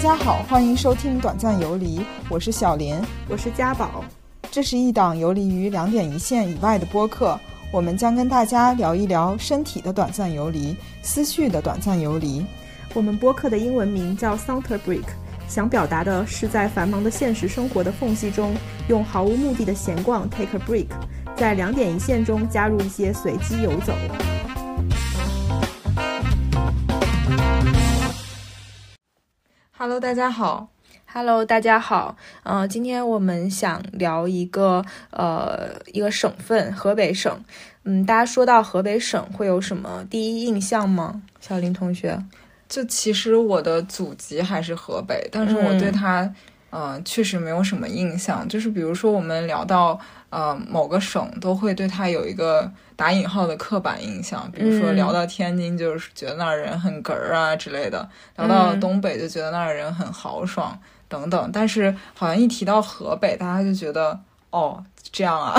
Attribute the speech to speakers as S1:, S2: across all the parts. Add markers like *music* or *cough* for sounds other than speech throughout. S1: 家好，欢迎收听《短暂游离》，我是小林，
S2: 我是家宝。
S1: 这是一档游离于两点一线以外的播客，我们将跟大家聊一聊身体的短暂游离，思绪的短暂游离。
S2: 我们播客的英文名叫 Saunter Break，想表达的是在繁忙的现实生活的缝隙中，用毫无目的的闲逛 take a break，在两点一线中加入一些随机游走。
S1: Hello，大家好。
S3: Hello，大家好。嗯、呃，今天我们想聊一个呃一个省份，河北省。嗯，大家说到河北省会有什么第一印象吗？小林同学，
S1: 就其实我的祖籍还是河北，但是我对它，嗯、呃，确实没有什么印象。就是比如说，我们聊到呃某个省，都会对它有一个打引号的刻板印象。比
S3: 嗯
S1: 如说，聊到天津，就是觉得那儿人很哏儿啊之类的；
S3: 嗯
S1: 聊到东北，就觉得那儿人很豪爽等等。但是，好像一提到河北，大家就觉得。哦，这样啊，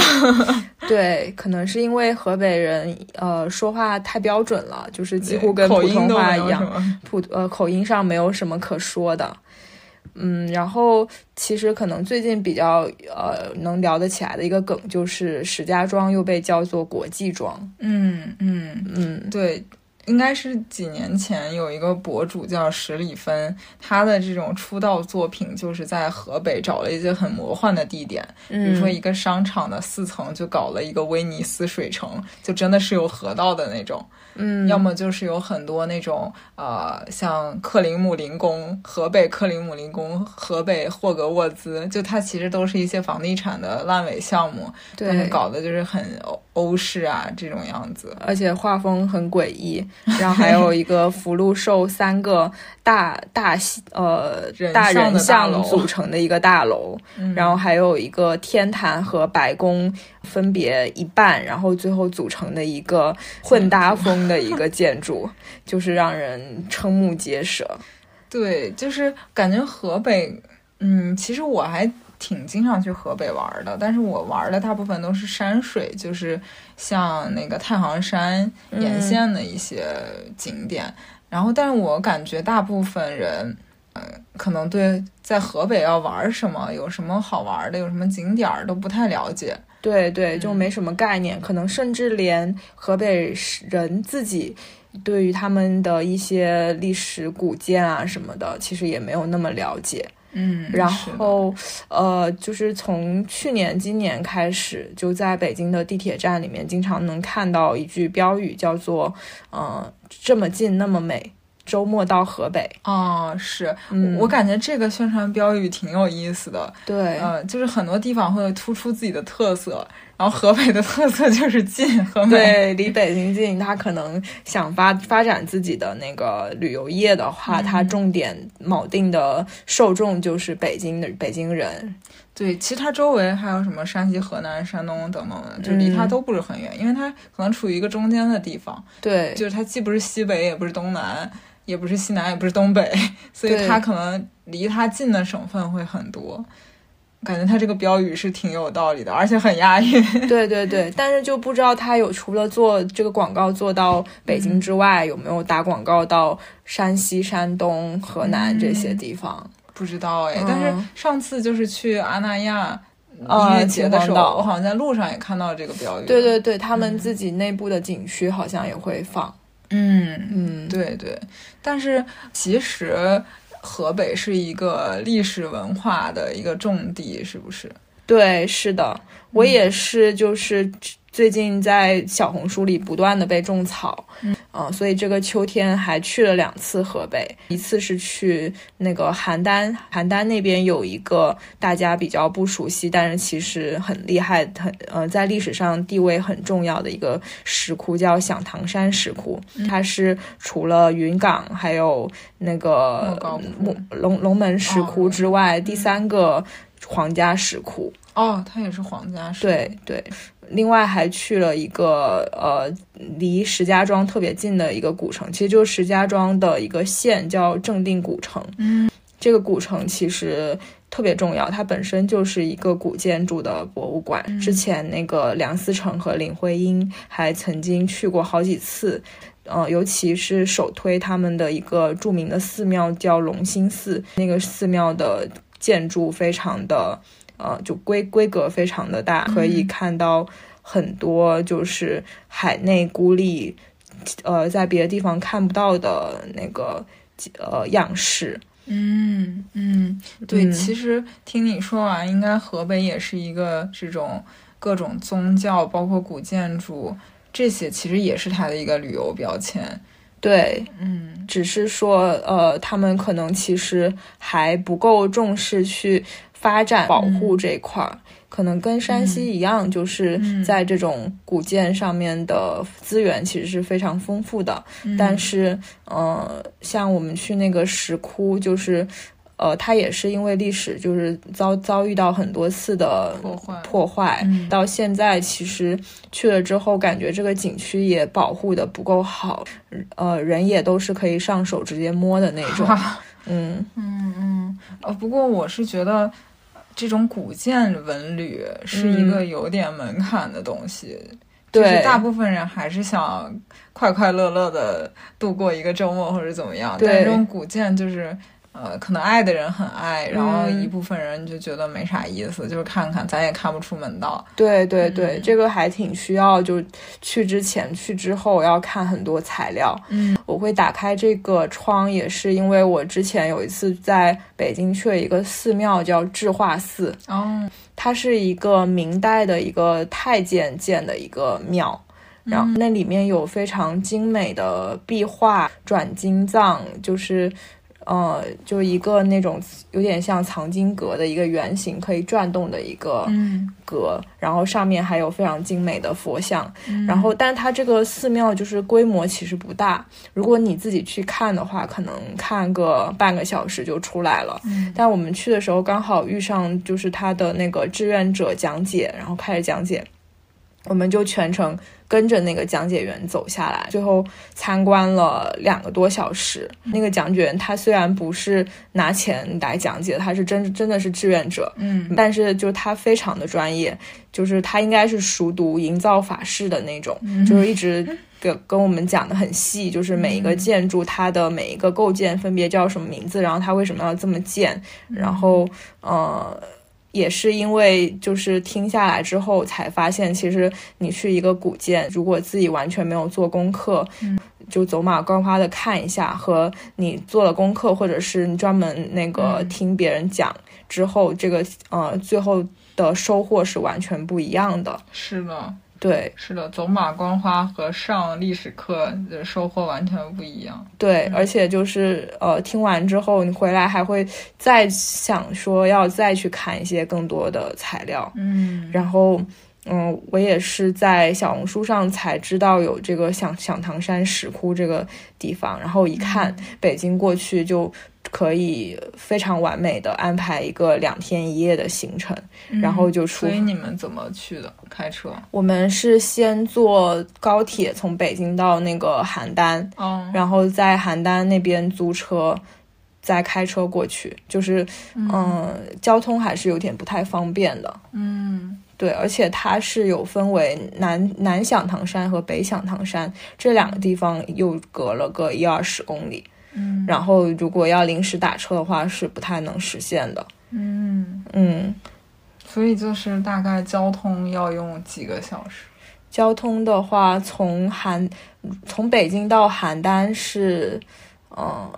S3: 对，可能是因为河北人呃说话太标准了，就是几乎跟普通话一样，普呃口音上没有什么可说的。嗯，然后其实可能最近比较呃能聊得起来的一个梗就是石家庄又被叫做国际庄。
S1: 嗯嗯嗯，对。应该是几年前有一个博主叫史里芬，他的这种出道作品就是在河北找了一些很魔幻的地点，嗯、比如说一个商场的四层就搞了一个威尼斯水城，就真的是有河道的那种。
S3: 嗯，
S1: 要么就是有很多那种呃，像克林姆林宫、河北克林姆林宫、河北霍格沃兹，就它其实都是一些房地产的烂尾项目，但是搞的就是很欧欧式啊这种样子，
S3: 而且画风很诡异。然后还有一个福禄寿三个大大呃大人像组成的一个大楼，
S1: 嗯、
S3: 然后还有一个天坛和白宫分别一半，然后最后组成的一个混搭风。的一 *laughs* 个建筑，就是让人瞠目结舌。
S1: 对，就是感觉河北，嗯，其实我还挺经常去河北玩的，但是我玩的大部分都是山水，就是像那个太行山沿线的一些景点。
S3: 嗯、
S1: 然后，但是我感觉大部分人，嗯、呃，可能对在河北要玩什么、有什么好玩的、有什么景点都不太了解。
S3: 对对，就没什么概念，嗯、可能甚至连河北人自己对于他们的一些历史古建啊什么的，其实也没有那么了解。
S1: 嗯，
S3: 然后呃，就是从去年、今年开始，就在北京的地铁站里面，经常能看到一句标语，叫做“嗯、呃，这么近，那么美”。周末到河北
S1: 哦，是、嗯、我感觉这个宣传标语挺有意思的。
S3: 对，
S1: 呃，就是很多地方会突出自己的特色，然后河北的特色就是近，河北
S3: 对离北京近，他可能想发发展自己的那个旅游业的话，他、
S1: 嗯、
S3: 重点铆定的受众就是北京的北京人。
S1: 对，其实它周围还有什么山西、河南、山东等等的，就离它都不是很远，
S3: 嗯、
S1: 因为它可能处于一个中间的地方。
S3: 对，
S1: 就是它既不是西北，也不是东南。也不是西南，也不是东北， *laughs* 所以它可能离它近的省份会很多。感觉它这个标语是挺有道理的，而且很押韵。
S3: *laughs* 对对对，但是就不知道它有除了做这个广告做到北京之外，嗯、有没有打广告到山西、山东、河南这些地方？
S1: 嗯、不知道哎。嗯、但是上次就是去阿那亚。
S3: 啊，
S1: 音乐节的时候，嗯
S3: 嗯、
S1: 我好像在路上也看到这个标语。
S3: 对对对，他们自己内部的景区好像也会放。
S1: 嗯
S3: 嗯，
S1: 对对，但是其实河北是一个历史文化的一个重地，是不是？
S3: 对，是的，
S1: 嗯
S3: 我也是，就是最近在小红书里不断的被种草，
S1: 嗯、
S3: 呃，所以这个秋天还去了两次河北，一次是去那个邯郸，邯郸那边有一个大家比较不熟悉，但是其实很厉害，很呃，在历史上地位很重要的一个石窟，叫响堂山石窟，
S1: 嗯
S3: 它是除了云冈还有那个龙龙门石窟之外，
S1: 哦、
S3: 第三个。皇家石窟
S1: 哦，它也是皇家石窟。
S3: 对对，另外还去了一个呃，离石家庄特别近的一个古城，其实就是石家庄的一个县叫正定古城。
S1: 嗯，
S3: 这个古城其实特别重要，它本身就是一个古建筑的博物馆。
S1: 嗯、
S3: 之前那个梁思成和林徽因还曾经去过好几次。呃，尤其是首推他们的一个著名的寺庙叫龙兴寺，那个寺庙的建筑非常的呃，就规规格非常的大，可以看到很多就是海内孤立呃在别的地方看不到的那个呃样式。
S1: 嗯嗯，对，
S3: 嗯
S1: 其实听你说完，应该河北也是一个这种各种宗教，包括古建筑这些，其实也是它的一个旅游标签。
S3: 对，
S1: 嗯
S3: 只是说，呃，他们可能其实还不够重视去发展保
S1: 嗯
S3: 护这一块儿。可能跟山西一样，就是
S1: 嗯
S3: 在这种古建上面的资源其实是非常丰富的，
S1: 嗯
S3: 但是，呃，像我们去那个石窟，就是，呃，它也是因为历史就是遭遭遇到很多次的
S1: 破坏
S3: 破坏，
S1: 嗯
S3: 到现在其实去了之后，感觉这个景区也保护的不够好，呃，人也都是可以上手直接摸的那种，
S1: *laughs*
S3: 嗯，
S1: 嗯嗯，呃，不过我是觉得这种古建文旅是一个有点门槛的东西，就是
S3: 对
S1: 大部分人还是想快快乐乐的度过一个周末或者怎么样，
S3: 对
S1: 但这种古建就是。呃，可能爱的人很爱，然后
S3: 嗯
S1: 一部分人就觉得没啥意思，就是看看，咱也看不出门道。
S3: 对对对，
S1: 嗯
S3: 这个还挺需要，就是去之前、去之后要看很多材料。
S1: 嗯，
S3: 我会打开这个窗，也是因为我之前有一次在北京去了一个寺庙，叫智化寺，
S1: 哦，
S3: 它是一个明代的一个太监建的一个庙。然后那里面有非常精美的壁画、转经藏，就是，呃，就一个那种有点像藏经阁的一个圆形，可以转动的一个，
S1: 嗯，
S3: 阁，然后上面还有非常精美的佛像，
S1: 嗯
S3: 然后但它这个寺庙就是规模其实不大，如果你自己去看的话，可能看个半个小时就出来了。
S1: 嗯
S3: 但我们去的时候刚好遇上就是他的那个志愿者讲解，然后开始讲解，我们就全程跟着那个讲解员走下来，最后参观了两个多小时。那个讲解员他虽然不是拿钱来讲解，他是真真的是志愿者，
S1: 嗯
S3: 但是就是他非常的专业，就是他应该是熟读营造法式的那种，就是一直跟跟我们讲的很细，就是每一个建筑它的每一个构件分别叫什么名字，然后它为什么要这么建，然后呃。也是因为就是听下来之后才发现，其实你去一个古建，如果自己完全没有做功课，就走马观花的看一下，和你做了功课，或者是你专门那个
S1: 嗯
S3: 听别人讲之后，这个呃最后的收获是完全不一样的。
S1: 是的，
S3: 对
S1: 是的，走马观花和上历史课的收获完全不一样。
S3: 对，而且就是呃听完之后，你回来还会再想说要再去看一些更多的材料。
S1: 嗯
S3: 然后，嗯，我也是在小红书上才知道有这个响响堂山石窟这个地方，然后一看北京过去就可以非常完美的安排一个两天一夜的行程，然后就出
S1: 嗯所以你们怎么去的？开车？
S3: 我们是先坐高铁从北京到那个邯郸，
S1: 哦，
S3: 然后在邯郸那边租车，再开车过去，就是嗯、交通还是有点不太方便的。
S1: 嗯
S3: 对，而且它是有分为南南响堂山和北响堂山这两个地方，又隔了个一二十公里。
S1: 嗯
S3: 然后如果要临时打车的话，是不太能实现的。
S1: 嗯，
S3: 嗯，
S1: 所以就是大概交通要用几个小时？
S3: 交通的话，从邯从北京到邯郸是，呃，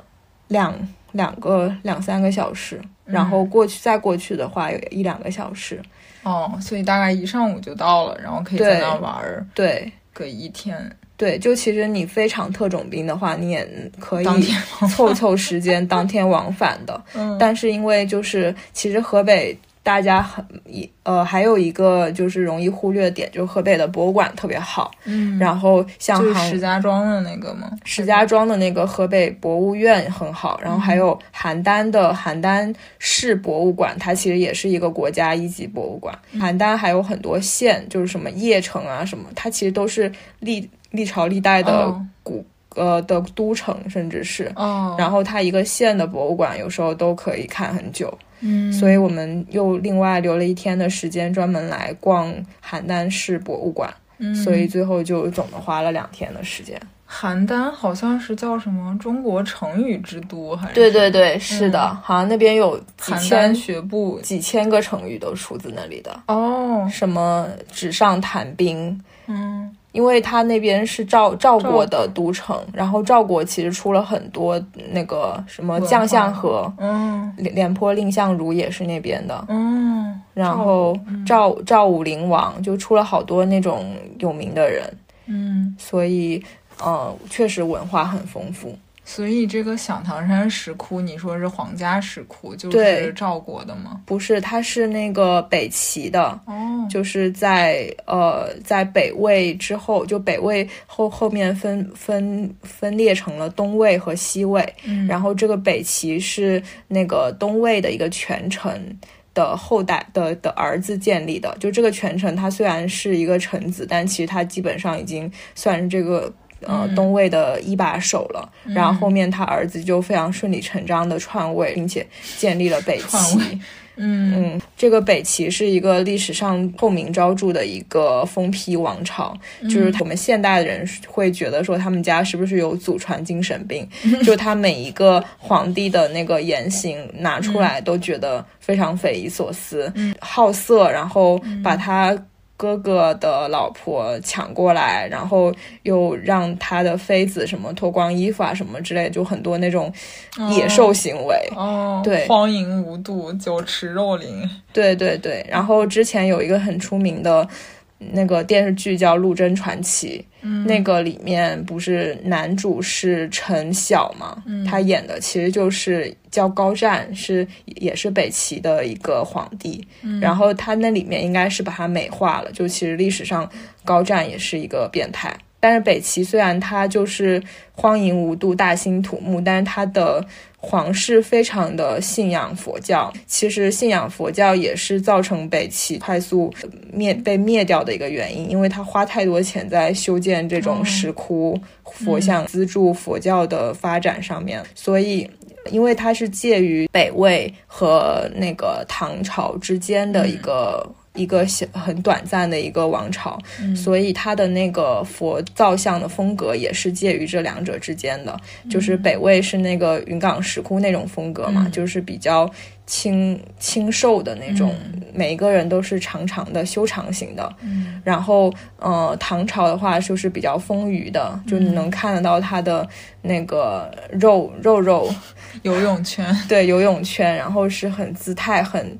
S3: 两两个两三个小时，然后
S1: 嗯
S3: 过去再过去的话有一两个小时。
S1: 哦，所以大概一上午就到了，然后可以在
S3: 对
S1: 那玩儿
S3: 对
S1: 个一天，
S3: 对，就其实你非常特种兵的话，你也可以
S1: 当天
S3: 凑凑时间当天往返的。
S1: 嗯
S3: *laughs* 但是因为就是其实河北。大家很一呃，还有一个就是容易忽略的点，就是河北的博物馆特别好。
S1: 嗯
S3: 然后像
S1: 就是
S3: 杭
S1: 石家庄的那个吗？哦
S3: 石家庄的那个河北博物院很好，然后
S1: 嗯
S3: 还有邯郸的邯郸市博物馆，它其实也是一个国家一级博物馆。
S1: 嗯
S3: 邯郸还有很多县，就是什么邺城啊什么，它其实都是历历朝历代的
S1: 哦
S3: 古、呃的都城，甚至是。
S1: 哦，
S3: 然后它一个县的博物馆有时候都可以看很久，
S1: 嗯，
S3: 所以我们又另外留了一天的时间专门来逛邯郸市博物馆，
S1: 嗯
S3: 所以最后就总的花了两天的时间。
S1: 邯郸好像是叫什么中国成语之都，还是
S3: 对对对，是的，好像那边有几
S1: 嗯邯郸
S3: 千
S1: 学步
S3: 几千个成语都出自那里的，
S1: 哦，
S3: 什么纸上谈兵，
S1: 嗯
S3: 因为他那边是赵赵国
S1: 赵
S3: 的都城，然后赵国其实出了很多那个什么将相和。
S1: 嗯
S3: 廉廉颇、蔺相如也是那边的，
S1: 嗯，
S3: 然后赵赵武灵王就出了好多那种有名的人，
S1: 嗯，
S3: 所以呃，确实文化很丰富。
S1: 所以这个响堂山石窟，你说是皇家石窟，就是
S3: 对
S1: 赵国的吗？
S3: 不是，它是那个北齐的，
S1: 哦，
S3: 就是在呃，在北魏之后，就北魏后后面分分分裂成了东魏和西魏，
S1: 嗯
S3: 然后这个北齐是那个东魏的一个权臣。的后代的的儿子建立的，就这个权臣，他虽然是一个臣子，但其实他基本上已经算是这个呃
S1: 嗯
S3: 东魏的一把手了。然后
S1: 嗯
S3: 后面他儿子就非常顺理成章的篡位，并且建立了北
S1: 篡
S3: 齐。
S1: 位嗯
S3: 嗯，这个北齐是一个历史上臭名昭著的一个封批王朝，就是我们现代人会觉得说他们家是不是有祖传精神病，就他每一个皇帝的那个言行拿出来都觉得非常匪夷所思，好色，然后把他。哥哥的老婆抢过来，然后又让他的妃子什么脱光衣服啊，什么之类，就很多那种野兽行为。
S1: 哦，
S3: 对
S1: 荒淫无度，酒池肉
S3: *laughs*
S1: 林。
S3: 对对对，然后之前有一个很出名的那个电视剧叫《陆贞传奇》，
S1: 嗯
S3: 那个里面不是男主是陈晓嘛，
S1: 嗯
S3: 他演的其实就是叫高湛，是也是北齐的一个皇帝，
S1: 嗯
S3: 然后他那里面应该是把他美化了，就其实历史上高湛也是一个变态。但是北齐虽然他就是荒淫无度、大兴土木，但是他的皇室非常的信仰佛教。其实信仰佛教也是造成北齐快速灭被灭掉的一个原因，因为他花太多钱在修建这种石窟、佛像，资助佛教的发展上面，所以。因为它是介于北魏和那个唐朝之间的一个、一个小很短暂的一个王朝，所以它的那个佛造像的风格也是介于这两者之间的。就是北魏是那个云冈石窟那种风格嘛，
S1: 嗯
S3: 就是比较清清瘦的那种，每一个人都是长长的修长型的。
S1: 嗯
S3: 然后呃，唐朝的话就是比较丰腴的，
S1: 嗯
S3: 就你能看得到它的那个肉肉肉，
S1: 游泳圈
S3: 对游泳圈，然后是很姿态很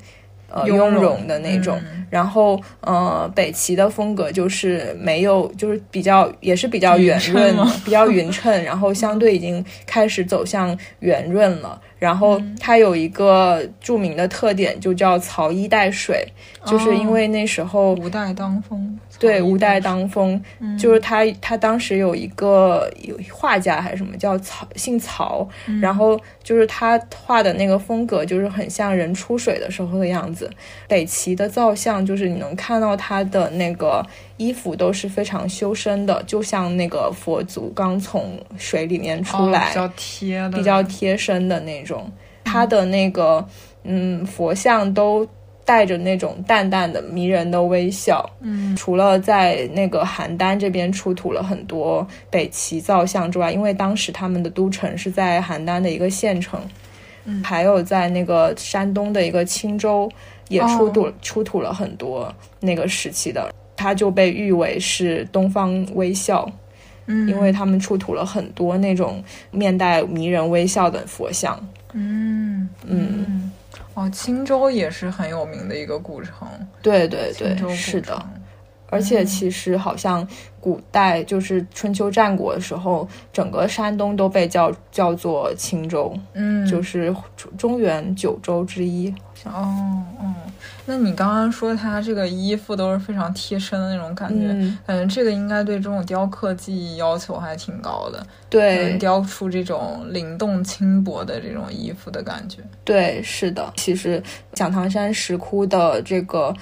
S3: 呃
S1: 雍
S3: 雍
S1: 容嗯
S3: 容的那种。然后，呃，北齐的风格就是没有，就是比较也是比较圆润
S1: 匀称吗，
S3: 比较匀称，然后相对已经开始走向圆润了。然后
S1: 嗯
S3: 它有一个著名的特点，就叫曹衣带水，就是
S1: 哦
S3: 因为那时候、
S1: 无代当风，
S3: 对
S1: 草
S3: 吴
S1: 衣
S3: 代当风，
S1: 嗯
S3: 就是他他当时有一个有画家还是什么叫曹，姓曹，
S1: 嗯
S3: 然后就是他画的那个风格就是很像人出水的时候的样子。北齐的造像就是你能看到他的那个衣服都是非常修身的，就像那个佛祖刚从水里面出
S1: 哦
S3: 来，
S1: 比较嗯贴的，
S3: 比较贴身的那种。它的那个嗯佛像都带着那种淡淡的迷人的微笑。
S1: 嗯
S3: 除了在那个邯郸这边出土了很多北齐造像之外，因为当时他们的都城是在邯郸的一个县城，
S1: 嗯
S3: 还有在那个山东的一个青州也出
S1: 哦
S3: 土、出土了很多那个时期的。它就被誉为是东方微笑，
S1: 嗯，
S3: 因为他们出土了很多那种面带迷人微笑的佛像。
S1: 嗯
S3: 嗯，
S1: 嗯，哦，青州也是很有名的一个古城，
S3: 对对对
S1: 青州，古
S3: 是的。
S1: 城，
S3: 而且其实好像古代就是春秋战国的时候，整个山东都被叫叫做青州，
S1: 嗯，
S3: 就是中中原九州之一。好像
S1: 哦哦，那你刚刚说他这个衣服都是非常贴身的那种感觉，
S3: 嗯，
S1: 感觉这个应该对这种雕刻技艺要求还挺高的，
S3: 对
S1: 能雕出这种灵动轻薄的这种衣服的感觉。
S3: 对，是的。其实响堂山石窟的这个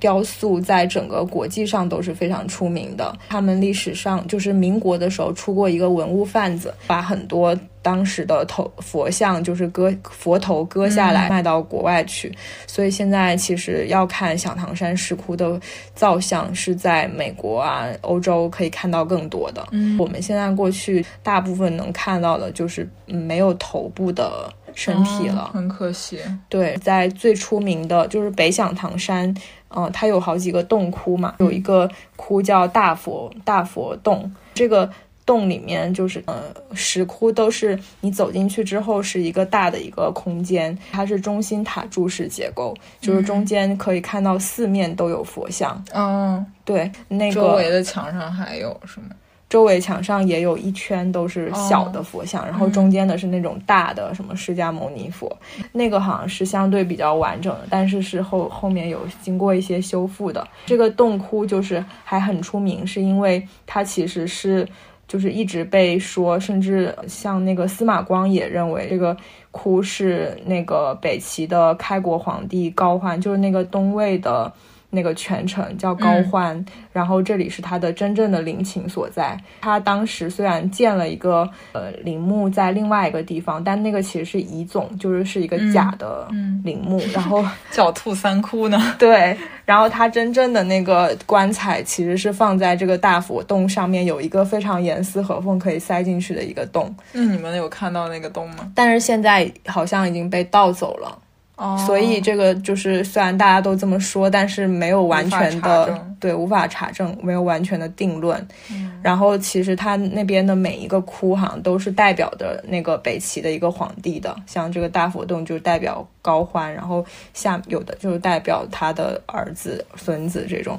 S3: 雕塑在整个国际上都是非常出名的。他们历史上就是民国的时候出过一个文物贩子，把很多当时的头佛像就是割佛头割下来卖到国外去。所以现在其实要看小唐山石窟的造像，是在美国啊、欧洲可以看到更多的。
S1: 嗯
S3: 我们现在过去大部分能看到的就是嗯没有头部的身体了
S1: 哦。很可惜。
S3: 对，在最出名的就是北响堂山，呃，它有好几个洞窟嘛，有一个窟叫大佛大佛洞，这个洞里面就是呃石窟都是你走进去之后是一个大的一个空间，它是中心塔柱式结构，就是中间可以看到四面都有佛像，
S1: 嗯，
S3: 对，那个
S1: 周围的墙上还有什么？
S3: 周围墙上也有一圈都是小的佛像，然后中间的是那种大的什么释迦牟尼佛，那个好像是相对比较完整的，但是是后后面有经过一些修复的。这个洞窟就是还很出名，是因为它其实是。就是一直被说，甚至像那个司马光也认为这个窟是那个北齐的开国皇帝高欢，就是那个东魏的那个权臣叫高
S1: 嗯
S3: 欢，然后这里是他的真正的陵寝所在。他当时虽然建了一个呃陵墓在另外一个地方，但那个其实是遗冢，就是是一个假的
S1: 嗯
S3: 陵墓。然后
S1: 狡兔三窟 *laughs* 呢？
S3: 对，然后他真正的那个棺材其实是放在这个大佛洞上面，有一个非常严丝合缝可以塞进去的一个洞，
S1: 那你们有看到那个洞吗？
S3: 但是现在好像已经被盗走了。
S1: 哦
S3: 所以这个就是虽然大家都这么说，但是没有完全
S1: 无法查
S3: 的
S1: 证嗯
S3: 对无法查证，没有完全的定论。然后其实它那边的每一个窟好像都是代表着那个北齐的一个皇帝的，像这个大佛洞就代表高欢，然后下有的就是代表他的儿子、孙子这种。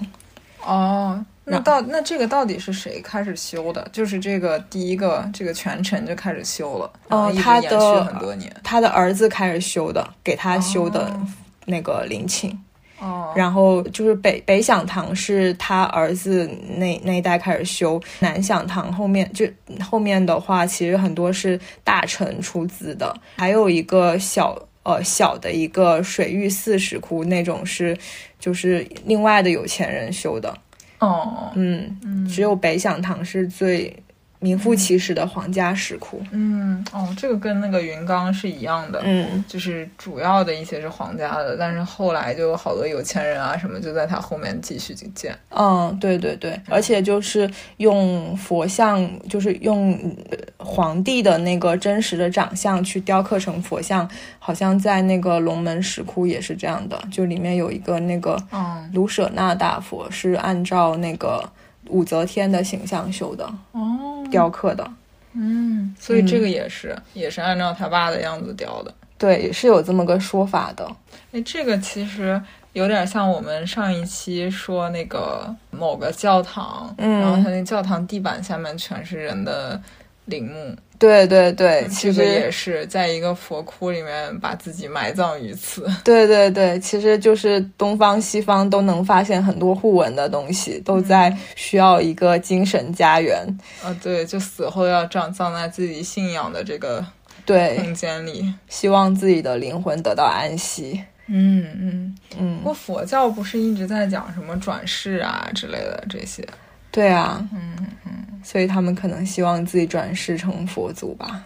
S1: 哦，那
S3: 那
S1: 到那这个到底是谁开始修的？就是这个第一个这个全程就开始修了，然后一直
S3: 他
S1: 延
S3: 的
S1: 续很多年。
S3: 他的儿子开始修的，给他修的
S1: 哦
S3: 那个陵寝。
S1: 哦，
S3: 然后就是北北响堂是他儿子那那一代开始修，南响堂后面就后面的话，其实很多是大臣出资的，还有一个小呃小的一个水域寺石窟那种是就是另外的有钱人修的，
S1: 哦，
S3: 嗯，只有北响堂是最名副其实的皇家石窟，
S1: 嗯，哦，这个跟那个云冈是一样的。
S3: 嗯，
S1: 就是主要的一些是皇家的，但是后来就有好多有钱人啊什么就在他后面继续建。
S3: 嗯，对对对，而且就是用佛像，就是用呃皇帝的那个真实的长相去雕刻成佛像，好像在那个龙门石窟也是这样的，就里面有一个那个
S1: 嗯，
S3: 卢舍那大佛是按照那个武则天的形象修的，
S1: 哦，
S3: 雕刻的，
S1: 嗯，所以这个也是、也是按照他爸的样子雕的。
S3: 对，是有这么个说法的，
S1: 哎，这个其实有点像我们上一期说那个某个教堂，
S3: 嗯
S1: 然后它那教堂地板下面全是人的陵墓，
S3: 对对对，其
S1: 嗯这个也
S3: 实
S1: 是在一个佛窟里面把自己埋葬于此。
S3: 对对对，其实就是东方西方都能发现很多互文的东西，都在需要一个精神家园。
S1: 啊，对，就死后要葬葬在自己信仰的这个
S3: 对，
S1: 空间里。
S3: 希望自己的灵魂得到安息。
S1: 嗯嗯，不
S3: 嗯，
S1: 过佛教不是一直在讲什么转世啊之类的这些？
S3: 对啊，嗯嗯，所以他们可能希望自己转世成佛祖吧。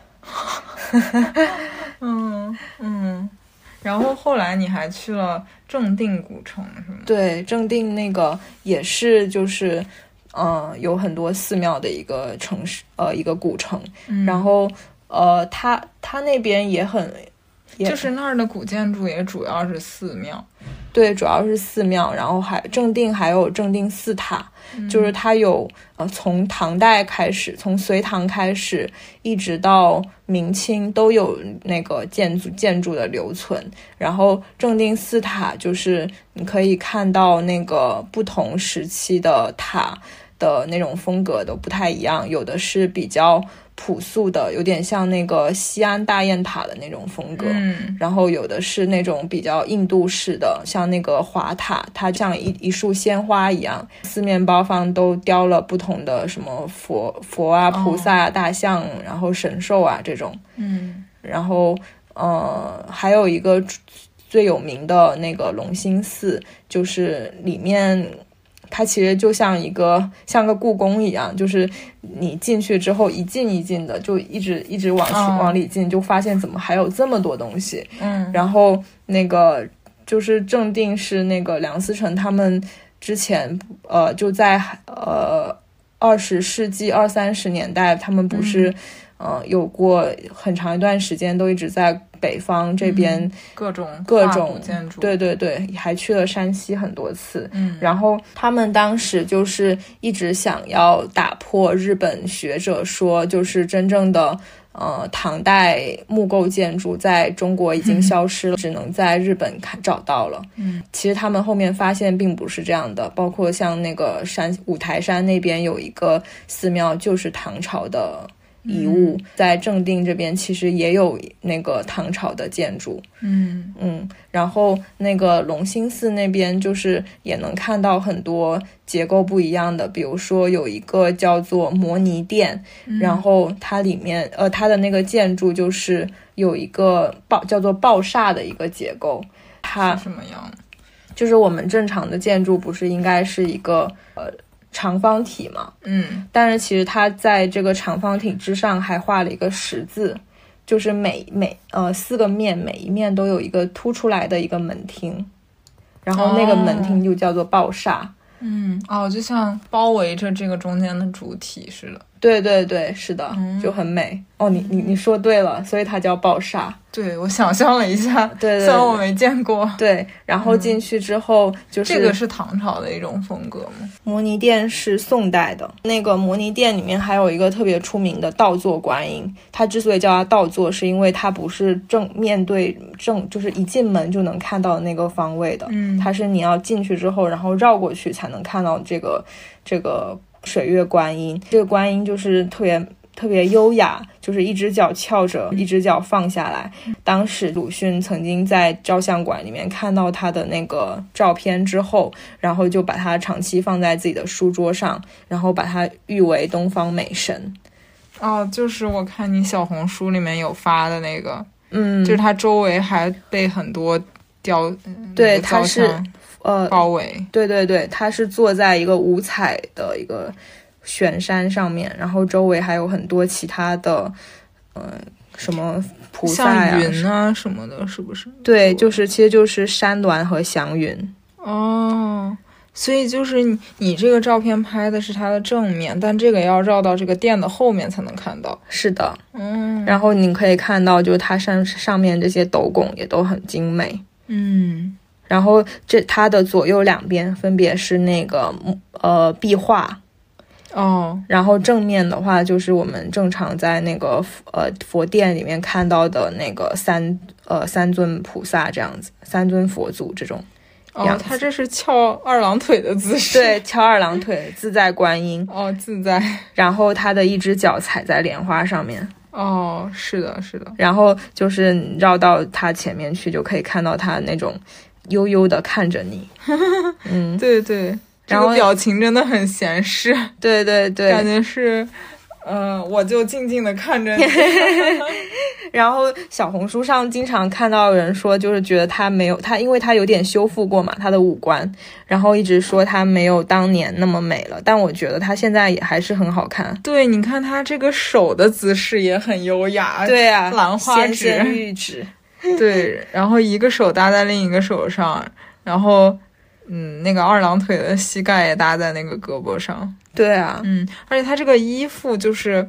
S1: 嗯嗯。然后后来你还去了正定古城，是吗？
S3: 对，正定那个也是，就是，嗯、有很多寺庙的一个城市，呃，一个古城。
S1: 嗯
S3: 然后，呃，它它那边也很，也
S1: 就是那儿的古建筑也主要是寺庙，
S3: 对，主要是寺庙，然后还正定还有正定寺塔，就是它有呃从唐代开始，从隋唐开始，一直到明清都有那个建筑建筑的留存。然后正定寺塔就是你可以看到那个不同时期的塔的那种风格都不太一样，有的是比较朴素的，有点像那个西安大雁塔的那种风格。
S1: 嗯
S3: 然后有的是那种比较印度式的，像那个华塔，它像一一束鲜花一样，四面八方都雕了不同的什么佛佛啊、菩萨啊、大象，然后神兽啊这种。
S1: 嗯
S3: 然后呃，还有一个最最有名的那个龙兴寺，就是里面。它其实就像一个像个故宫一样，就是你进去之后一进一进的，就一直一直往去、
S1: 嗯
S3: 往里进，就发现怎么还有这么多东西。
S1: 嗯，
S3: 然后那个就是正定是那个梁思成他们之前呃就在呃二十世纪二三十年代，他们不
S1: 嗯
S3: 是、呃有过很长一段时间都一直在北方这边，
S1: 各种
S3: 各
S1: 嗯跨
S3: 种
S1: 古建筑，
S3: 对对对，还去了山西很多次。
S1: 嗯，
S3: 然后他们当时就是一直想要打破日本学者说，就是真正的呃唐代木构建筑在中国已经消失了，只能在日本看找到了。
S1: 嗯，
S3: 其实他们后面发现并不是这样的，包括像那个山五台山那边有一个寺庙，就是唐朝的。遗物在正定这边其实也有那个唐朝的建筑，
S1: 嗯
S3: 嗯，然后那个龙兴寺那边就是也能看到很多结构不一样的，比如说有一个叫做摩尼殿，然后它里面呃它的那个建筑就是有一个爆叫做爆煞的一个结构，它
S1: 是什么样？
S3: 就是我们正常的建筑不是应该是一个呃长方体嘛，
S1: 嗯
S3: 但是其实它在这个长方体之上还画了一个十字，就是每每呃四个面，每一面都有一个凸出来的一个门厅，然后那个门厅就叫做爆煞。
S1: 嗯，哦，就像包围着这个中间的主体似的。
S3: 对对对，是的，
S1: 嗯
S3: 就很美哦。你你你说对了，所以它叫爆煞。
S1: 对，我想象了一下，
S3: 对对
S1: 虽然我
S3: 对
S1: 没见过，
S3: 对，然后进去之后就是
S1: 这个是唐朝的一种风格吗？
S3: 摩尼殿是宋代的，那个摩尼殿里面还有一个特别出名的倒座观音。它之所以叫它倒座，是因为它不是正面对正，就是一进门就能看到那个方位的，
S1: 嗯
S3: 它是你要进去之后，然后绕过去才能看到这个这个水月观音。这个观音就是特别。特别优雅，就是一只脚翘着，一只脚放下来。当时鲁迅曾经在照相馆里面看到他的那个照片之后，然后就把它长期放在自己的书桌上，然后把它誉为东方美神。
S1: 哦，就是我看你小红书里面有发的那个，
S3: 嗯，
S1: 就是它周围还被很多雕，
S3: 对
S1: 那个
S3: 它
S1: 雕
S3: 是
S1: 像
S3: 呃，
S1: 包围。
S3: 对对对，它是坐在一个五彩的一个悬山上面，然后周围还有很多其他的，呃，什么菩萨呀、
S1: 像云啊什么的，是不是？
S3: 对，就是其实就是山峦和祥云。
S1: 哦，所以就是你你这个照片拍的是它的正面，但这个要绕到这个店的后面才能看到。
S3: 是的，
S1: 嗯
S3: 然后你可以看到，就是它上上面这些斗拱也都很精美。
S1: 嗯
S3: 然后这它的左右两边分别是那个呃壁画，
S1: 哦
S3: 然后正面的话就是我们正常在那个呃佛殿里面看到的那个三呃三尊菩萨这样子，三尊佛祖这种，
S1: 哦
S3: 样，子
S1: 他这是翘二郎腿的姿势。
S3: 对，翘二郎腿自在观音，
S1: 哦，自在。
S3: 然后他的一只脚踩在莲花上面，
S1: 哦，是的，是的。
S3: 然后就是你绕到他前面去就可以看到他那种悠悠的看着你，嗯，
S1: 对对，这
S3: 然后
S1: 个表情真的很闲适，
S3: 对对对，
S1: 感觉是，呃，我就静静的看
S3: *laughs*
S1: 着你。
S3: 然后小红书上经常看到有人说，就是觉得他没有他，因为他有点修复过嘛，他的五官，然后一直说他没有当年那么美了。但我觉得他现在也还是很好看。
S1: 对，你看他这个手的姿势也很优雅。
S3: 对啊，
S1: 兰花
S3: 纤
S1: 指
S3: 纤玉指。
S1: *laughs* 对，然后一个手搭在另一个手上，然后。嗯，那个二郎腿的膝盖也搭在那个胳膊上，
S3: 对啊，
S1: 嗯，而且他这个衣服就是，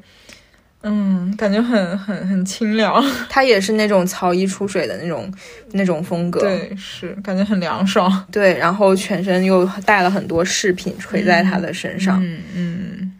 S1: 嗯，感觉很很很清凉，
S3: 他也是那种草衣出水的那种那种风格。
S1: 对，是感觉很
S3: *laughs*
S1: 凉爽，
S3: 对然后全身又带了很多饰品垂在他的身上，
S1: 嗯嗯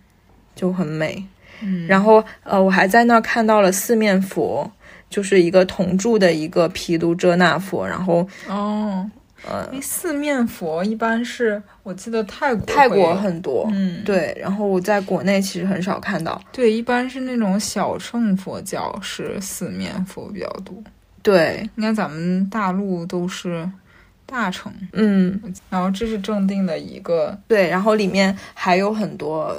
S3: 就很美。
S1: 嗯，
S3: 然后呃，我还在那儿看到了四面佛，就是一个铜铸的一个毗卢遮那佛，然后
S1: 哦，
S3: 呃
S1: 因为四面佛一般是我记得泰国
S3: 泰
S1: 会有
S3: 国很多，
S1: 嗯
S3: 对。然后我在国内其实很少看到，
S1: 对，一般是那种小乘佛教是四面佛比较多，
S3: 对，
S1: 应该咱们大陆都是大乘，
S3: 嗯，
S1: 然后这是正定的一个，
S3: 对。然后里面还有很多，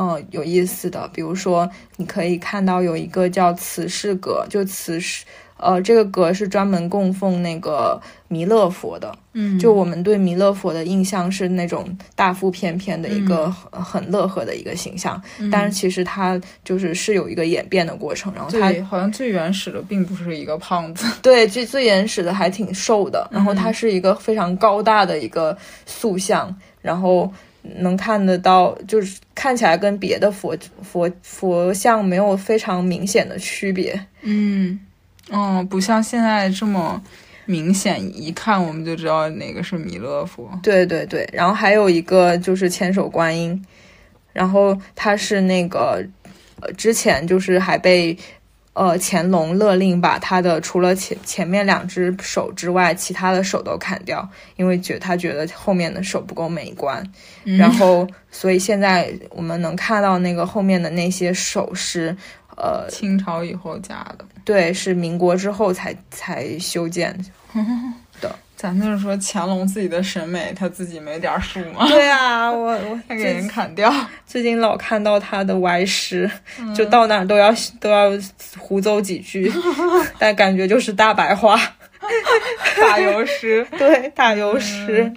S3: 嗯，有意思的，比如说你可以看到有一个叫慈氏阁，就慈氏。呃，这个阁是专门供奉那个弥勒佛的。
S1: 嗯，
S3: 就我们对弥勒佛的印象是那种大腹便便的一
S1: 嗯
S3: 个很很乐呵的一个形象，但是其实他就是是有一个演变的过程，然后他
S1: 对，好像最原始的并不是一个胖子，
S3: 对最最原始的还挺瘦的，然后他是一个非常高大的一个塑像，然后能看得到，就是看起来跟别的佛佛佛像没有非常明显的区别，
S1: 嗯， *laughs* 哦，不像现在这么明显，一看我们就知道哪个是弥勒佛。
S3: 对对对，然后还有一个就是千手观音，然后他是那个呃之前就是还被呃乾隆勒令把他的除了前前面两只手之外，其他的手都砍掉，因为觉他觉得后面的手不够美观，然后所以现在我们能看到那个后面的那些首饰，呃，
S1: 清朝以后加的，
S3: 对，是民国之后才才修建
S1: 咱就是说乾隆自己的审美，他 *laughs* 自己没点数
S3: *laughs*
S1: 吗？
S3: 对啊，我 *laughs* 我
S1: 他给人砍掉，
S3: 最近老看到他的歪诗，就到哪儿都要都要胡诌几 *laughs* 句，但感觉就是大白话，
S1: 打油诗。
S3: *laughs*
S1: 嗯
S3: 对，大油诗，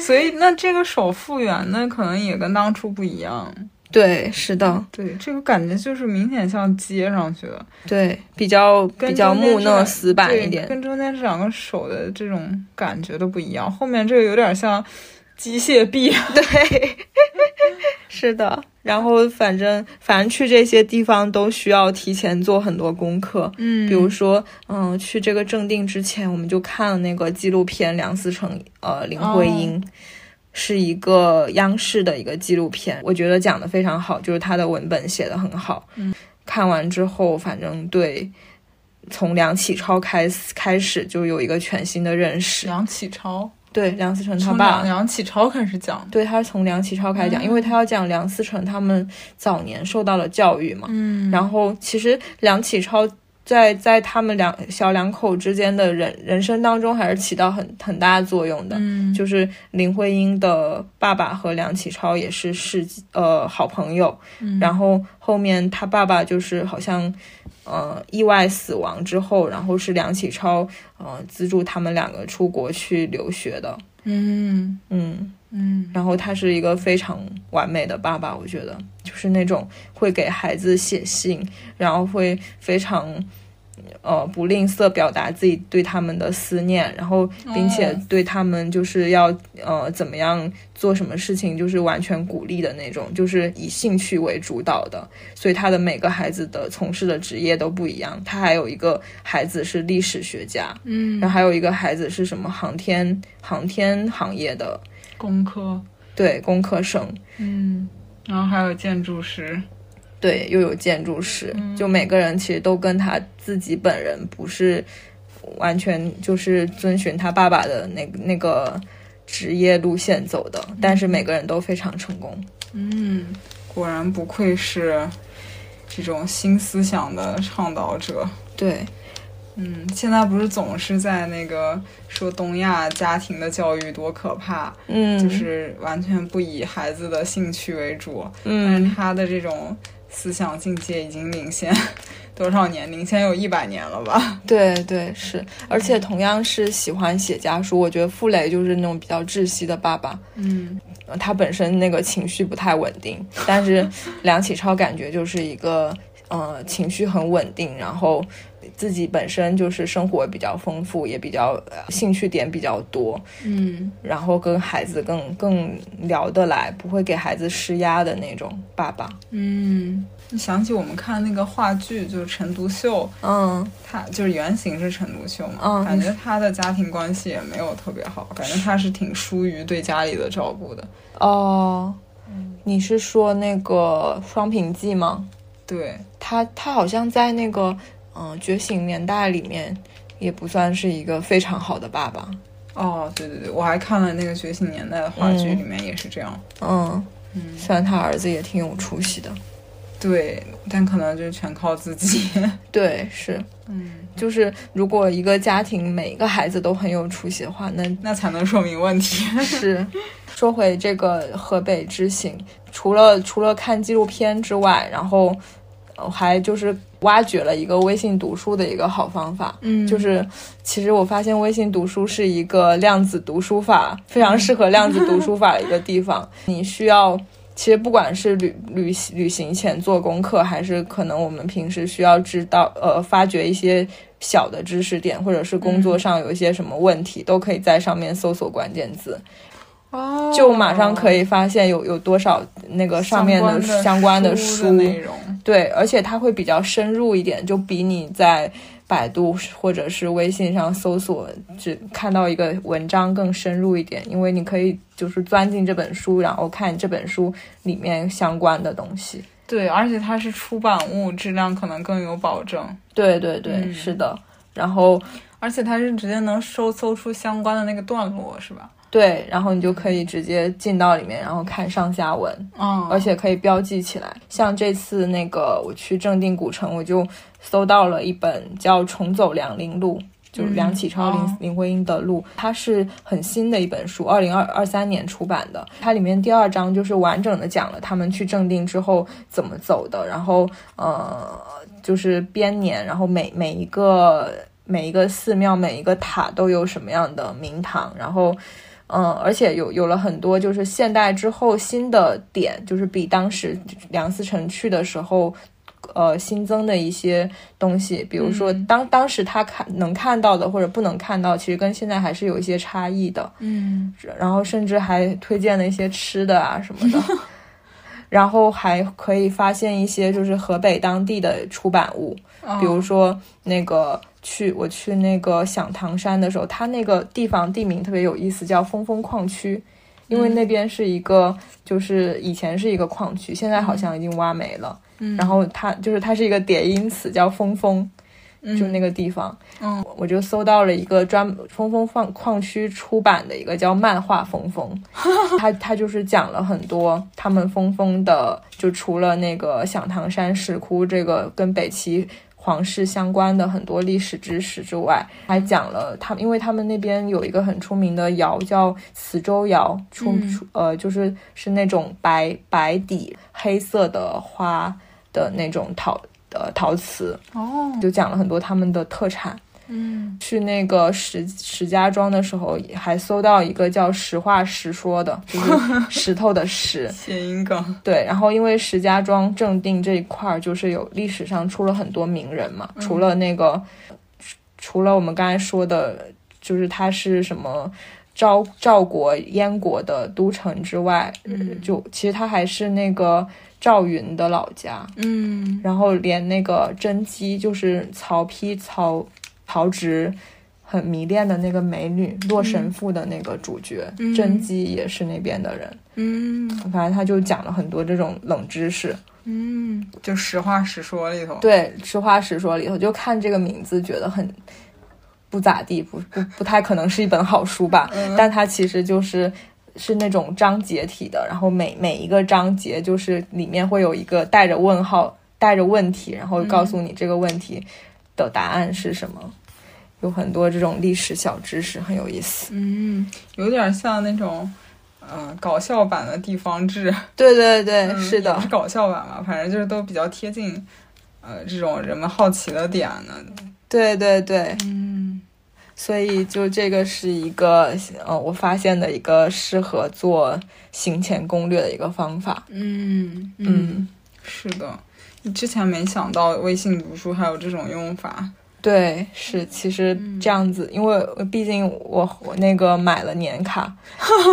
S1: 所以那这个手复原呢，可能也跟当初不一样。
S3: 对，是的，
S1: 对，这个感觉就是明显像接上去的，
S3: 对，比较
S1: 跟
S3: 比较
S1: 中间
S3: 木
S1: 这
S3: 讷
S1: 两
S3: 死板
S1: 对
S3: 一点，
S1: 跟中间这两个手的这种感觉都不一样。后面这个有点像机械臂，啊
S3: 对，是的。然后反正反正去这些地方都需要提前做很多功课，
S1: 嗯
S3: 比如说，嗯，去这个正定之前，我们就看了那个纪录片《梁思成》，呃，林徽
S1: 哦
S3: 因。是一个央视的一个纪录片，我觉得讲的非常好，就是它的文本写的很好。
S1: 嗯，
S3: 看完之后，反正对从梁启超开始开始就有一个全新的认识。
S1: 梁启超，
S3: 对梁思成他
S1: 从
S3: 爸，
S1: 梁梁启超开始讲的，
S3: 对，他是从梁启超开始讲，
S1: 嗯
S3: 因为他要讲梁思成他们早年受到了教育嘛。
S1: 嗯
S3: 然后其实梁启超在在他们两小两口之间的人人生当中，还是起到很很大作用的。
S1: 嗯
S3: 就是林徽因的爸爸和梁启超也是世呃好朋友，
S1: 嗯
S3: 然后后面他爸爸就是好像呃意外死亡之后，然后是梁启超呃资助他们两个出国去留学的，
S1: 嗯
S3: 嗯。
S1: 嗯
S3: 然后他是一个非常完美的爸爸，我觉得就是那种会给孩子写信，然后会非常呃不吝啬表达自己对他们的思念，然后并且对他们就是要呃怎么样做什么事情，就是完全鼓励的那种，就是以兴趣为主导的。所以他的每个孩子的从事的职业都不一样，他还有一个孩子是历史学家，
S1: 嗯
S3: 然后还有一个孩子是什么航天航天行业的。
S1: 工科，
S3: 对，工科生，
S1: 嗯，然后还有建筑师，
S3: 对，又有建筑师，
S1: 嗯
S3: 就每个人其实都跟他自己本人不是完全就是遵循他爸爸的那那个职业路线走的，但是每个人都非常成功。
S1: 嗯，果然不愧是这种新思想的倡导者。
S3: 对，
S1: 嗯，现在不是总是在那个说东亚家庭的教育多可怕，
S3: 嗯，
S1: 就是完全不以孩子的兴趣为主，但
S3: 嗯
S1: 是，他的这种思想境界已经领先 *laughs* 多少年？领先有一百年了吧？
S3: 对对是，而且
S1: 嗯
S3: 同样是喜欢写家书，我觉得傅雷就是那种比较窒息的爸爸，
S1: 嗯，
S3: 呃他本身那个情绪不太稳定，但是梁启超感觉就是一个呃情绪很稳定，然后自己本身就是生活比较丰富，也比较呃兴趣点比较多，
S1: 嗯，
S3: 然后跟孩子更更聊得来，不会给孩子施压的那种爸爸。
S1: 嗯，你想起我们看那个话剧，就是陈独秀，
S3: 嗯，
S1: 他就是原型是陈独秀嘛，
S3: 嗯
S1: 感觉他的家庭关系也没有特别好，感觉他是挺疏于对家里的照顾的。
S3: 哦、你是说那个《双屏记》吗？
S1: 对，
S3: 他他好像在那个嗯、呃觉醒年代》里面也不算是一个非常好的爸爸。
S1: 哦，对对对，我还看了那个《觉醒年代》的话剧，里面也是这样。
S3: 嗯，
S1: 嗯
S3: 虽然他儿子也挺有出息的，
S1: 对，但可能就是全靠自己。
S3: 对，是，
S1: 嗯，
S3: 就是如果一个家庭每个孩子都很有出息的话，
S1: *laughs*
S3: 那
S1: *laughs* 那才能说明问题。
S3: 是。说回这个河北之行，除了除了看纪录片之外，然后。我还就是挖掘了一个微信读书的一个好方法，
S1: *laughs* 嗯
S3: 就是其实我发现微信读书是一个量子读书法非常适合量子读书法的一个地方，你需要。其实不管是旅旅旅行前做功课，还是可能我们平时需要知道呃发掘一些小的知识点，或者是工作上有一些什么问题，都可以在上面搜索关键字。
S1: 哦
S3: 就马上可以发现有有多少那个上面的相关
S1: 的
S3: 书，
S1: 的内容。
S3: 对，而且它会比较深入一点，就比你在百度或者是微信上搜索只看到一个文章更深入一点，因为你可以就是钻进这本书，然后看这本书里面相关的东西。
S1: 对，而且它是出版物，质量可能更有保证，
S3: 对对对，
S1: 嗯
S3: 是的。然后
S1: 而且它是直接能搜搜出相关的那个段落，是吧？
S3: 对，然后你就可以直接进到里面，然后看上下文。
S1: 嗯
S3: 而且可以标记起来。像这次那个我去正定古城，我就搜到了一本叫《重走梁林路》。就是梁启超、
S1: 嗯
S3: 林
S1: 哦
S3: 林徽因的路，它是很新的一本书，二零二二三年出版的。它里面第二章就是完整的讲了他们去正定之后怎么走的，然后呃，就是编年，然后每每一个每一个寺庙、每一个塔都有什么样的名堂，然后嗯，而且有有了很多就是现代之后新的点，就是比当时梁思成去的时候，呃，新增的一些东西，比如说
S1: 嗯
S3: 当当时他看能看到的或者不能看到，其实跟现在还是有一些差异的。
S1: 嗯，
S3: 然后甚至还推荐了一些吃的啊什么的，然后还可以发现一些就是河北当地的出版物，
S1: 哦
S3: 比如说那个去我去那个响堂山的时候，它那个地方地名特别有意思，叫峰峰矿区，因为那边是一个就是以前是一个矿区，现在好像已经挖没了。
S1: 嗯
S3: 然后它就是它是一个叠音词，叫峰峰，就那
S1: 个，
S3: 个地方。
S1: 嗯，
S3: 我就搜到了一个专峰峰矿矿区出版的一个叫《漫画峰
S1: *laughs*
S3: 峰》，他他就是讲了很多他们峰峰的，就除了那个响堂山石窟这个跟北齐。皇室相关的很多历史知识之外，还讲了他们，因为他们那边有一个很出名的窑叫磁州窑，出
S1: 嗯
S3: 出呃就是是那种白白底黑色的花的那种陶呃陶瓷，
S1: 哦，
S3: 就讲了很多他们的特产。
S1: 嗯，
S3: 去那个石石家庄的时候，还搜到一个叫“实话实说”的，就是石头的石。 *laughs*
S1: 谐音梗，
S3: 对，然后因为石家庄正定这一块儿，就是有历史上出了很多名人嘛，除了那个，除了我们刚才说的，就是他是什么赵赵国、燕国的都城之外，
S1: 嗯
S3: 就其实他还是那个赵云的老家。
S1: 嗯
S3: 然后连那个甄姬，就是曹丕、曹曹植很迷恋的那个美女《洛神赋》的那个主角、
S1: 嗯
S3: 甄姬也是那边的人。
S1: 嗯
S3: 反正他就讲了很多这种冷知识。
S1: 嗯，就实话实说里头，
S3: 对，《实话实说》里头就看这个名字觉得很不咋地，不不不太可能是一本好书吧。但它其实就是是那种章节体的，然后每每一个章节就是里面会有一个带着问号、带着问题，然后告诉你这个问题的答案是什么。有很多这种历史小知识，很有意思。
S1: 嗯，有点像那种。呃，搞笑版的地方志，
S3: 对对对，
S1: 嗯
S3: 是
S1: 也
S3: 的
S1: 是，搞笑版吧，反正就是都比较贴近，呃，这种人们好奇的点呢。
S3: 对对对。
S1: 嗯
S3: 所以就这个是一个，呃，我发现的一个适合做行前攻略的一个方法。
S1: 嗯
S3: 嗯，
S1: 是的，你之前没想到微信读书还有这种用法。
S3: 对，是其实这样子，因为毕竟我我那个买了年
S1: *laughs*
S3: 卡，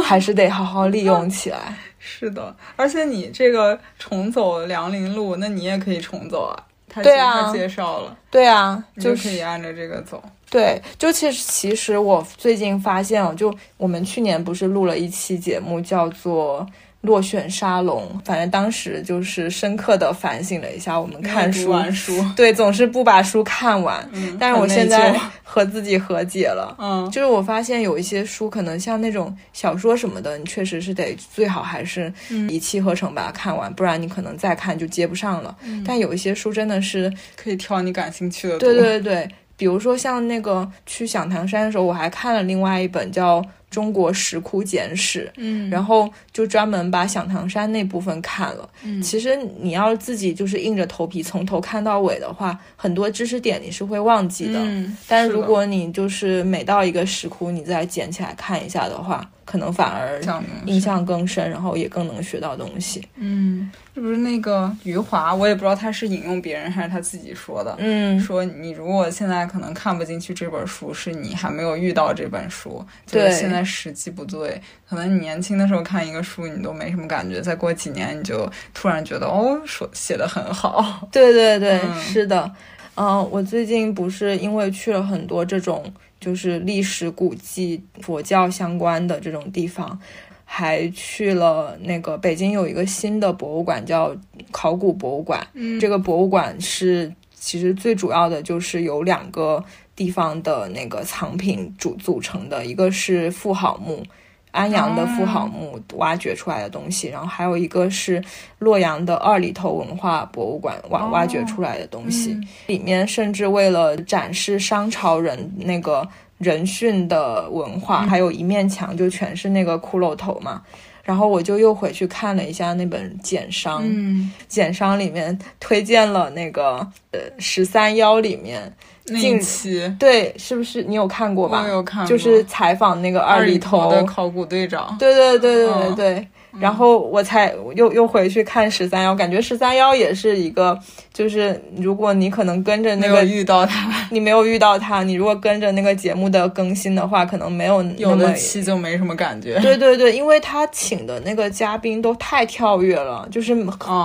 S3: 还是得好好利用起来。
S1: 是的，而且你这个重走梁林路，那你也可以重走啊。他
S3: 对啊
S1: 他介绍了，
S3: 对啊，
S1: 你
S3: 就
S1: 就是可以按照这个走。
S3: 对，就其实其实我最近发现哦，就我们去年不是录了一期节目叫做《落选沙龙》，反正当时就是深刻的反省了一下我们看
S1: 没有
S3: 书
S1: 读
S3: *laughs*
S1: 完书，
S3: 对，总是不把书看完。
S1: 嗯
S3: 但是我
S1: 很内
S3: 现在
S1: 疚
S3: *laughs* 和自己和解了，
S1: 嗯
S3: 就是我发现有一些书，可能像那种小说什么的，你确实是得最好还是
S1: 嗯
S3: 一气呵成把它看完，不然你可能再看就接不上了。
S1: 嗯
S3: 但有一些书真的是，
S1: 可以挑你感兴趣的读。
S3: 对对对，比如说像那个去响堂山的时候，我还看了另外一本叫《中国石窟简史》，
S1: 嗯
S3: 然后就专门把响堂山那部分看了。
S1: 嗯
S3: 其实你要自己就是硬着头皮从头看到尾的话，很多知识点你是会忘记的。
S1: 嗯，
S3: 但
S1: 是
S3: 如
S1: 的
S3: 果你就是每到一个石窟，你再捡起来看一下的话，可能反而
S1: 讲的
S3: 印象更深，然后也更能学到东西。
S1: 嗯，是不是那个余华？我也不知道他是引用别人还是他自己说的。
S3: 嗯，
S1: 说你如果现在可能看不进去这本书，是你还没有遇到这本书，就
S3: 对
S1: 是现在时机不对。可能你年轻的时候看一个书，你都没什么感觉，再过几年你就突然觉得哦，说写的很好。
S3: 对对对，
S1: 嗯
S3: 是的，嗯、我最近不是因为去了很多这种就是历史古迹、佛教相关的这种地方，还去了那个北京有一个新的博物馆叫考古博物馆，
S1: 嗯
S3: 这个博物馆是其实最主要的就是有两个地方的那个藏品组组成的，一个是妇好墓。安阳的妇
S1: 啊
S3: 好墓挖掘出来的东西，然后还有一个是洛阳的二里头文化博物馆挖
S1: 哦嗯
S3: 挖掘出来的东西，里面甚至为了展示商朝人那个人训的文化，
S1: 嗯
S3: 还有一面墙就全是那个骷髅头嘛。然后我就又回去看了一下那本《简商》，
S1: 嗯，
S3: 简商里面推荐了那个呃十三幺里面，
S1: 那
S3: 近
S1: 一期
S3: 对，是不是你有看过吧？
S1: 我有看过
S3: 就是采访那个
S1: 二
S3: 里
S1: 里
S3: 头，
S1: 的考古队长，
S3: 对对对对对
S1: 嗯
S3: 对。然后我才又又回去看十三幺，感觉十三幺也是一个，就是如果你可能跟着那
S1: 没
S3: 个
S1: 有遇到他，
S3: 你没有遇到他，你如果跟着那个节目的更新的话，可能没有那
S1: 有
S3: 么
S1: 的。期就没什么感 *laughs* 觉。
S3: 对对对，因为他请的那个嘉宾都太跳跃了， *laughs* 就是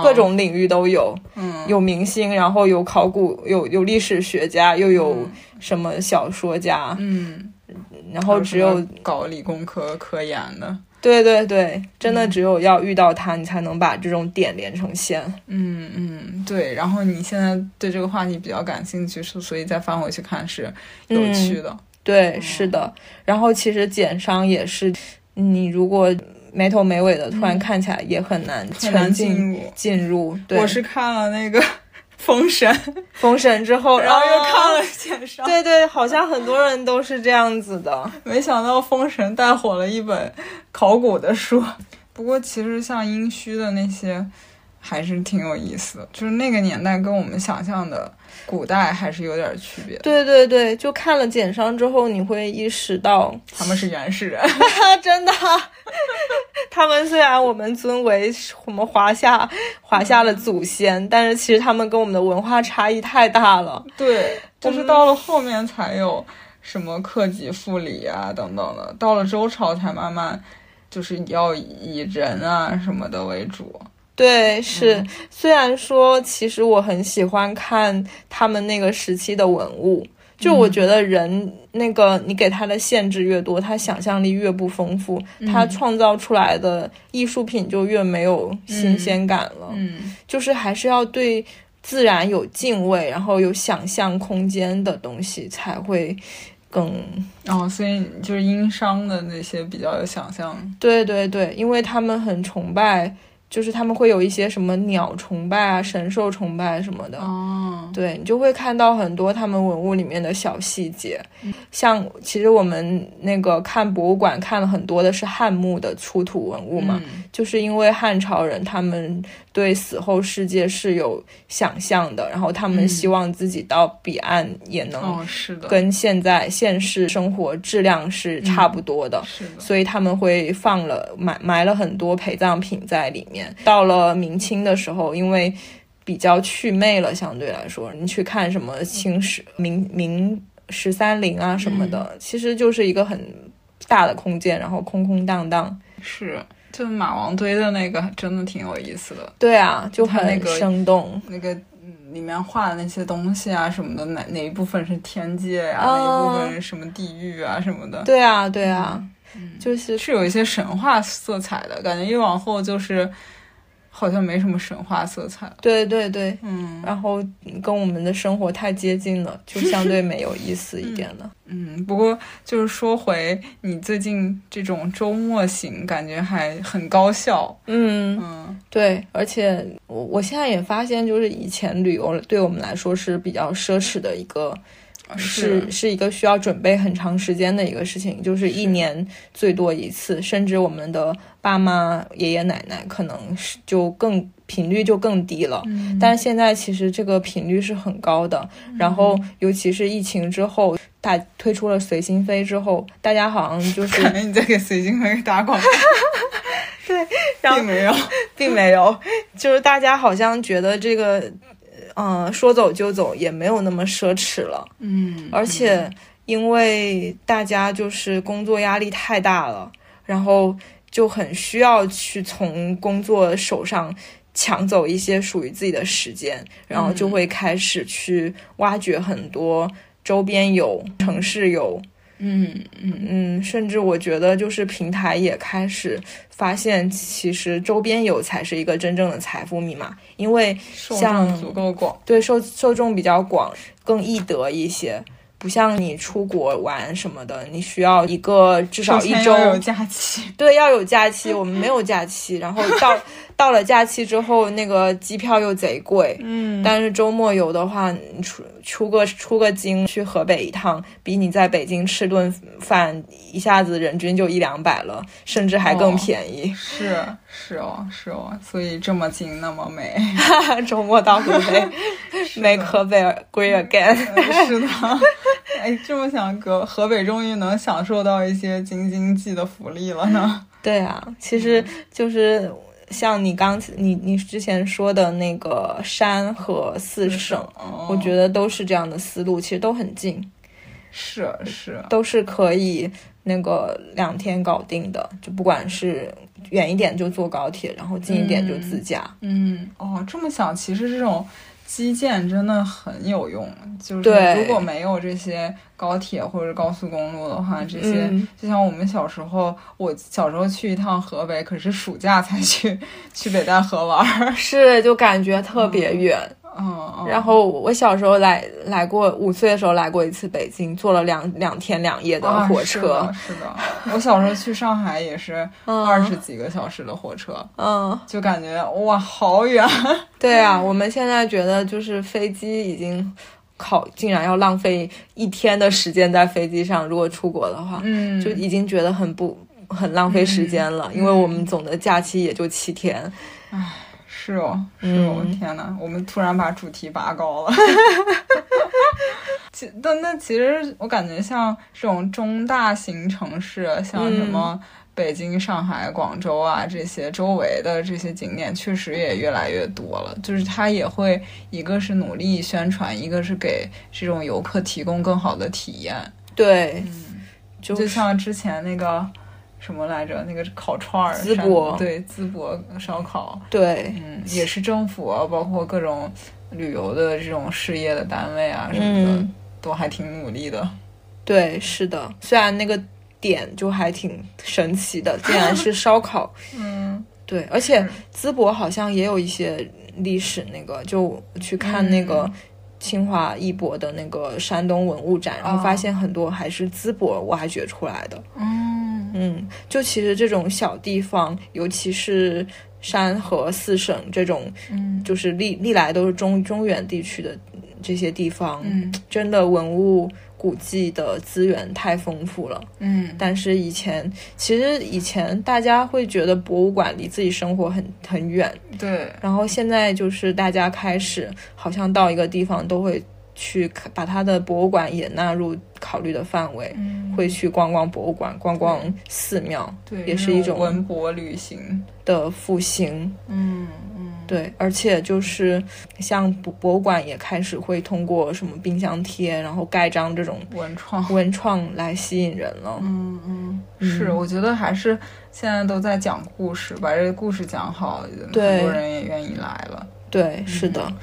S3: 各种领域都有，
S1: 嗯，
S3: 有明星，然后有考古，有有历史学家，又有什么小说家，
S1: 嗯，
S3: 然后只有
S1: 还什么搞理工科科研的。
S3: 对对对，真的只有要遇到他，你才能把这种点连成线。
S1: 嗯嗯，对。然后你现在对这个话题比较感兴趣，是所以再翻回去看是有
S3: 嗯
S1: 趣的。
S3: 对，是的。
S1: 嗯
S3: 然后其实减伤也是，你如果没头没尾的，突然看起来也很难
S1: 嗯很难
S3: 沉浸
S1: 入。
S3: 进入。对，
S1: 我是看了那个 *laughs* 《封神》，
S3: 封神之后，
S1: 然后又看了
S3: 啊。
S1: 《剑商》，
S3: 对对，好像很多人都是这样子的。
S1: 没想到《封神》带火了一本考古的书。不过其实像殷墟的那些。还是挺有意思的，就是那个年代跟我们想象的古代还是有点区别的。
S3: 对对对，就看了减伤之后，你会意识到，
S1: 他们是原始人，
S3: 啊真的， *laughs* 他们虽然我们尊为我们华夏华夏的祖先，但是其实他们跟我们的文化差异太大了。
S1: *laughs* 对，就
S3: 我
S1: 是
S3: 们
S1: 到了后面才有什么克己复礼啊等等的，到了周朝才慢慢就是要以人啊什么的为主。
S3: 对，是、
S1: 嗯
S3: 虽然说，其实我很喜欢看他们那个时期的文物，就
S1: 嗯
S3: 我觉得人、那个你给他的限制越多，他想象力越不丰富，
S1: 嗯
S3: 他创造出来的艺术品就越没有新鲜感了。
S1: 嗯
S3: 就是还是要对自然有敬畏，然后有想象空间的东西才会更
S1: 哦，所以就是殷商的那些比较有想象。
S3: 对对对，因为他们很崇拜，就是他们会有一些什么鸟崇拜啊、神兽崇拜什么的。
S1: 哦，
S3: 对你就会看到很多他们文物里面的小细节，
S1: 嗯
S3: 像其实我们那个看博物馆看了很多的是汉墓的出土文物嘛，
S1: 嗯
S3: 就是因为汉朝人他们对死后世界是有想象的，然后他们
S1: 嗯
S3: 希望自己到彼岸也能
S1: 哦，是的，
S3: 跟现在现世生活质量是差不多的，
S1: 是的，
S3: 所以他们会放了埋埋了很多陪葬品在里面。到了明清的时候，因为比较祛魅了，相对来说，你去看什么清史、明明十三陵啊什么
S1: 嗯
S3: 的，其实就是一个很大的空间，然后空空荡荡。
S1: 是。就马王堆的那个真的挺有意思的，
S3: 对啊，就
S1: 它那
S3: 很
S1: 个
S3: 生动。
S1: 那个嗯里面画的那些东西啊什么的，哪哪一部分是天界呀、
S3: 哦
S1: 哪一部分是什么地狱啊什么的，
S3: 对啊，对啊，
S1: 嗯
S3: 就是
S1: 是有一些神话色彩的感觉，越往后就是好像没什么神话色彩了。
S3: 对对对，
S1: 嗯
S3: 然后跟我们的生活太接近了，就相对没有意思一点了。
S1: 嗯，不过就是说回你最近这种周末型，感觉还很高效。
S3: 嗯，
S1: 嗯
S3: 对，而且我我现在也发现，就是以前旅游对我们来说是比较奢侈的一个
S1: 是
S3: 是是一个需要准备很长时间的一个事情，就是一年最多一次，甚至我们的爸妈、爷爷奶奶可能是就更频率就更低了。但是现在其实这个频率是很高的，然后尤其是疫情之后，大推出了随心飞之后，大家好像就是
S1: 感觉你在给随心飞打广告，
S3: 然后
S1: 并没有。
S3: 并没有，就是大家好像觉得这个，嗯、说走就走也没有那么奢侈了，
S1: 嗯
S3: 而且因为大家就是工作压力太大了，然后就很需要去从工作手上。抢走一些属于自己的时间，然后
S1: 嗯
S3: 就会开始去挖掘很多周边游、城市游，
S1: 嗯嗯，
S3: 嗯，甚至我觉得就是平台也开始发现，其实周边游才是一个真正的财富密码，因为
S1: 受
S3: 像
S1: 众足够广，
S3: 对受受众比较广，更易得一些。不像你出国玩什么的，你需要一个至少
S1: 首
S3: 一
S1: 先
S3: 周
S1: 要有假
S3: *laughs*
S1: 期。
S3: 对，要有假期，我们没有假期， *laughs* 然后到到了假期之后，那个机票又贼贵，嗯，但是周末游的话，你出出个出个京去河北一趟，比你在北京吃顿饭一下子人均就一两百了，甚至还更
S1: 哦
S3: 便宜。 *laughs*
S1: 是是哦是哦，所以这么近那么美，
S3: *laughs* 周末到 *laughs* 河北，make 河北 great again。
S1: 呃是的。 *laughs* 哎，这么想，河河北终于能享受到一些京津冀的福利了
S3: *laughs*
S1: 呢。
S3: *laughs* 对啊，其实就是像你刚你你之前说的那个山和四省，
S1: 哦
S3: 我觉得都是这样的思路，其实都很近。
S1: 是是，
S3: 都是可以那个两天搞定的，就不管是远一点就坐高铁，然后近一点就自驾。
S1: 嗯，哦，这么想，其实这种基建真的很有用。就是
S3: 对
S1: 如果没有这些高铁或者高速公路的话，这些、
S3: 嗯
S1: 就像我们小时候，我小时候去一趟河北，可是暑假才去去北戴河玩儿。
S3: *laughs* 是，就感觉特别远。
S1: 嗯，嗯
S3: 然后我小时候来来过，五岁的时候来过一次北京，坐了两两天两夜的
S1: 啊
S3: 火
S1: 是
S3: 车。
S1: 的是的。我小时候去上海也是
S3: *laughs* 嗯
S1: 二十几个小时的火车，
S3: 嗯，
S1: 就感觉哇，好远。
S3: 对啊，我们现在觉得就是飞机已经考，竟然要浪费一天的时间在飞机上，如果出国的话，
S1: 嗯
S3: 就已经觉得很不很浪费时间了，因为我们总的假期也就七天。
S1: 是哦，是哦，
S3: 嗯
S1: 天哪！我们突然把主题拔高了。 *laughs* 其但那其实我感觉像这种中大型城市，像
S3: 嗯
S1: 什么北京、上海、广州啊这些周围的这些景点，确实也越来越多了。就是它也会一个是努力宣传，一个是给这种游客提供更好的体验。
S3: 对，就
S1: 就像之前那个什么来着，那个烤串儿，
S3: 淄
S1: 山
S3: 博
S1: 对淄博烧烤，
S3: 对，
S1: 嗯，也是政府啊，包括各种旅游的这种事业的单位啊什么的，
S3: 嗯，
S1: 都还挺努力的。
S3: 对，是的。虽然那个点就还挺神奇的，竟然是烧烤。
S1: 嗯，
S3: 对，而且淄博好像也有一些历史，那个就我去看那个
S1: 嗯
S3: 清华艺博的那个山东文物展，然后
S1: 哦
S3: 发现很多还是淄博挖掘出来的。
S1: 嗯，
S3: 嗯，就其实这种小地方，尤其是山河四省这种，
S1: 嗯，
S3: 就是历历来都是中中原地区的这些地方，
S1: 嗯
S3: 真的文物古迹的资源太丰富了。
S1: 嗯，
S3: 但是以前，其实以前大家会觉得博物馆离自己生活很很远，
S1: 对，
S3: 然后现在就是大家开始好像到一个地方都会去看把它的博物馆也纳入考虑的范围，
S1: 嗯，
S3: 会去逛逛博物馆、逛逛寺庙
S1: 对，
S3: 也是一种
S1: 文博旅行。
S3: 的复兴。
S1: 嗯嗯，
S3: 对，而且就是像博博物馆也开始会通过什么冰箱贴，然后盖章这种
S1: 文创。
S3: 文创来吸引人了。
S1: 嗯嗯，是，我觉得还是现在都在讲故事，把这个故事讲好，很多
S3: 对
S1: 人也愿意来了。嗯
S3: 对，是的，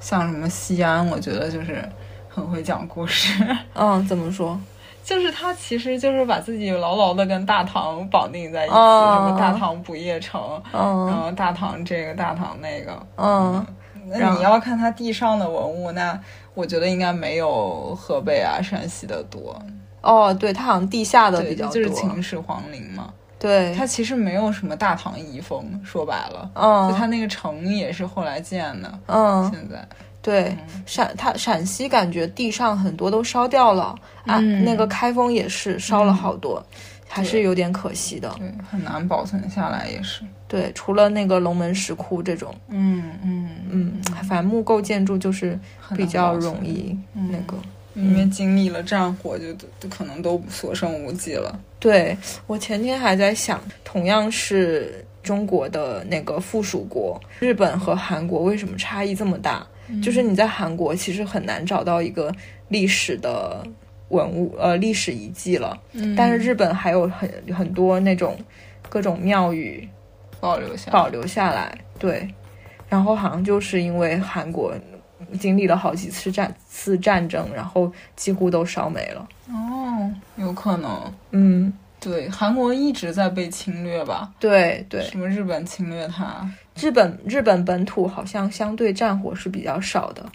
S1: 像什么西安，我觉得就是很会讲故事。 *laughs*
S3: 嗯，怎么说？
S1: 就是他其实就是把自己牢牢的跟大唐绑定在一起，
S3: 哦
S1: 什么大唐不夜城，然
S3: 嗯
S1: 后大唐这个大唐那个。
S3: 嗯，然
S1: 那
S3: 后
S1: 你要看他地上的文物，那我觉得应该没有河北啊、山西的多，
S3: 哦，对，它好像地下的比
S1: 对，
S3: 较
S1: 就是
S3: 多
S1: 秦。始皇陵嘛。
S3: 对，
S1: 它其实没有什么大唐遗风，说白了，就
S3: 嗯
S1: 它那个城也是后来建的。
S3: 嗯，
S1: 现在嗯
S3: 对，陕它陕西感觉地上很多都烧掉了、啊，
S1: 嗯
S3: 那个开封也是烧了好多，还是有点可惜的。
S1: 对，很难保存下来也是。
S3: 对，除了那个龙门石窟这种，
S1: 嗯嗯，
S3: 嗯，反正木构建筑就是
S1: 很难
S3: 比较
S1: 保存嗯
S3: 容，易那个。
S1: 因为经历了战火就，就可能都所剩无几了。
S3: 对我前天还在想，同样是中国的那个附属国，日本和韩国为什么差异这么大？就是你在韩国其实很难找到一个历史的文物，呃，历史遗迹了。
S1: 嗯
S3: 但是日本还有很很多那种各种庙宇
S1: 保留下来
S3: 保留下来，对。然后好像就是因为韩国经历了好几次战次战争，然后几乎都烧没了。
S1: 哦，有可能。
S3: 嗯，
S1: 对，韩国一直在被侵略吧？
S3: 对对。
S1: 什么日本侵略它？
S3: 日本日本本土好像相对战火是比较少的，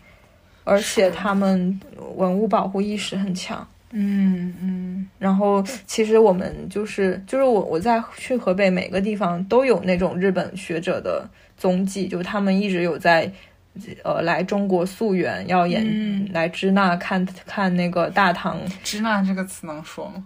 S3: 而且他们文物保护意识很强。
S1: 嗯嗯
S3: 然后其实我们就是就是我我在去河北每个地方都有那种日本学者的踪迹，就他们一直有在。呃，来中国溯源，要研、
S1: 嗯
S3: 来支那看看那个大唐，
S1: 支那这个词能说 *laughs* 吗？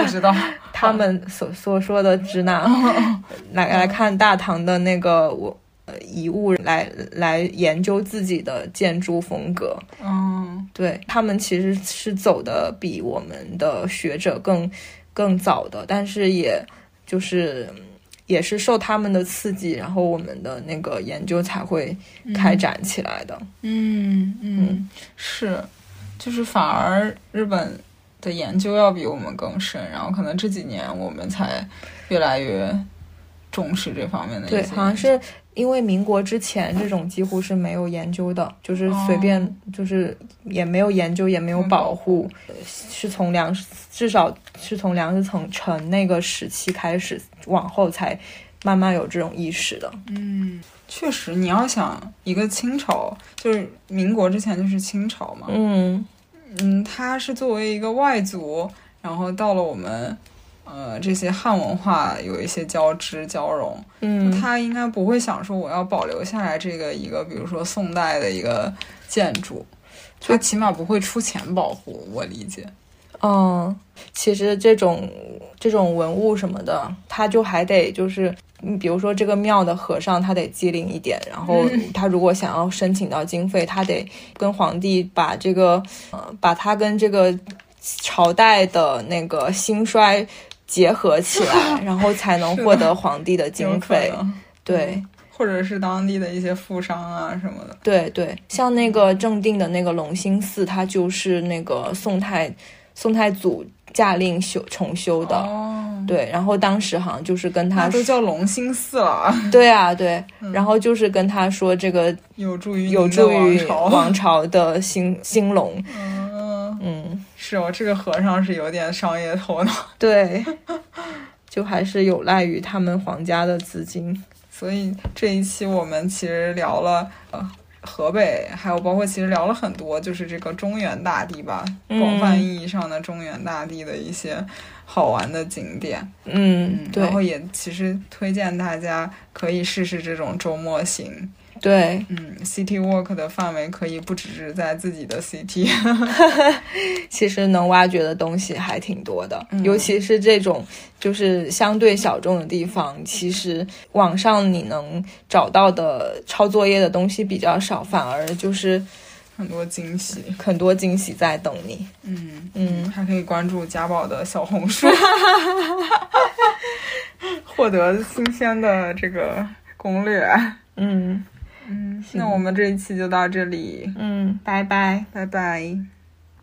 S1: 不知道。
S3: 他们所所说的支那， *laughs* 来来看大唐的那个我呃遗物，来来研究自己的建筑风格。
S1: 嗯
S3: 对他们其实是走的比我们的学者更更早的，但是也就是嗯也是受他们的刺激，然后我们的那个研究才会开展起来的。
S1: 嗯嗯，是，就是反而日本的研究要比我们更深，然后可能这几年我们才越来越重视这方面的一些
S3: 对
S1: 研，究。
S3: 好像是因为民国之前这种几乎是没有研究的，就是随便、
S1: 哦
S3: 就是也没有研究，也没有保护，呃是从粮食至少是从粮食层城那个时期开始，往后才慢慢有这种意识的。
S1: 嗯，确实，你要想一个清朝，就是民国之前就是清朝嘛，
S3: 嗯。
S1: 嗯，他是作为一个外族，然后到了我们。呃，这些汉文化有一些交织交融，
S3: 嗯，
S1: 他应该不会想说我要保留下来这个一个，比如说宋代的一个建筑，他起码不会出钱保护，我理解。
S3: 嗯，其实这种这种文物什么的，他就还得就是，你比如说这个庙的和尚，他得机灵一点，然后
S1: 嗯
S3: 他如果想要申请到经费，他得跟皇帝把这个，呃，把他跟这个朝代的那个兴衰结合起来，
S1: *laughs*
S3: 然后才能获得皇帝的
S1: 有
S3: 经
S1: 可
S3: 费。
S1: 能嗯
S3: 对，
S1: 或者是当地的一些富商啊什么的。
S3: 对对，像那个正定的那个隆兴寺，它就是那个宋太宋太祖驾令修重修的。
S1: 哦，
S3: 对，然后当时好像就是跟他
S1: 那都
S3: 说，
S1: 叫隆兴寺了，
S3: 对啊，对，然后就是跟他说这个
S1: 有助于
S3: 有
S1: 您的
S3: 助于
S1: 王朝。
S3: 王朝的兴兴隆，
S1: 嗯， *laughs*
S3: 嗯，
S1: 是哦，这个和尚是有点商业头脑，
S3: 对，就还是有赖于他们皇家的资金，嗯
S1: 所以这一期我们其实聊了呃河北，还有包括其实聊了很多，就是这个中原大地吧，
S3: 嗯
S1: 广泛意义上的中原大地的一些好玩的景点。
S3: 嗯，对
S1: 然后也其实推荐大家可以试试这种周末行。
S3: 对， *laughs*
S1: 嗯，City Walk 的范围可以不只是在自己的 City。 *laughs*
S3: 其实能挖掘的东西还挺多的，
S1: 嗯
S3: 尤其是这种就是相对小众的地方，其实网上你能找到的抄作业的东西比较少，反而就是
S1: 很多惊喜，
S3: 很多惊喜在等你。
S1: 嗯
S3: 嗯
S1: 还可以关注家宝的小红书，获得新鲜的这个攻略。
S3: 嗯
S1: 那我们这一期就到这里，
S3: 嗯，拜拜。
S1: 拜拜。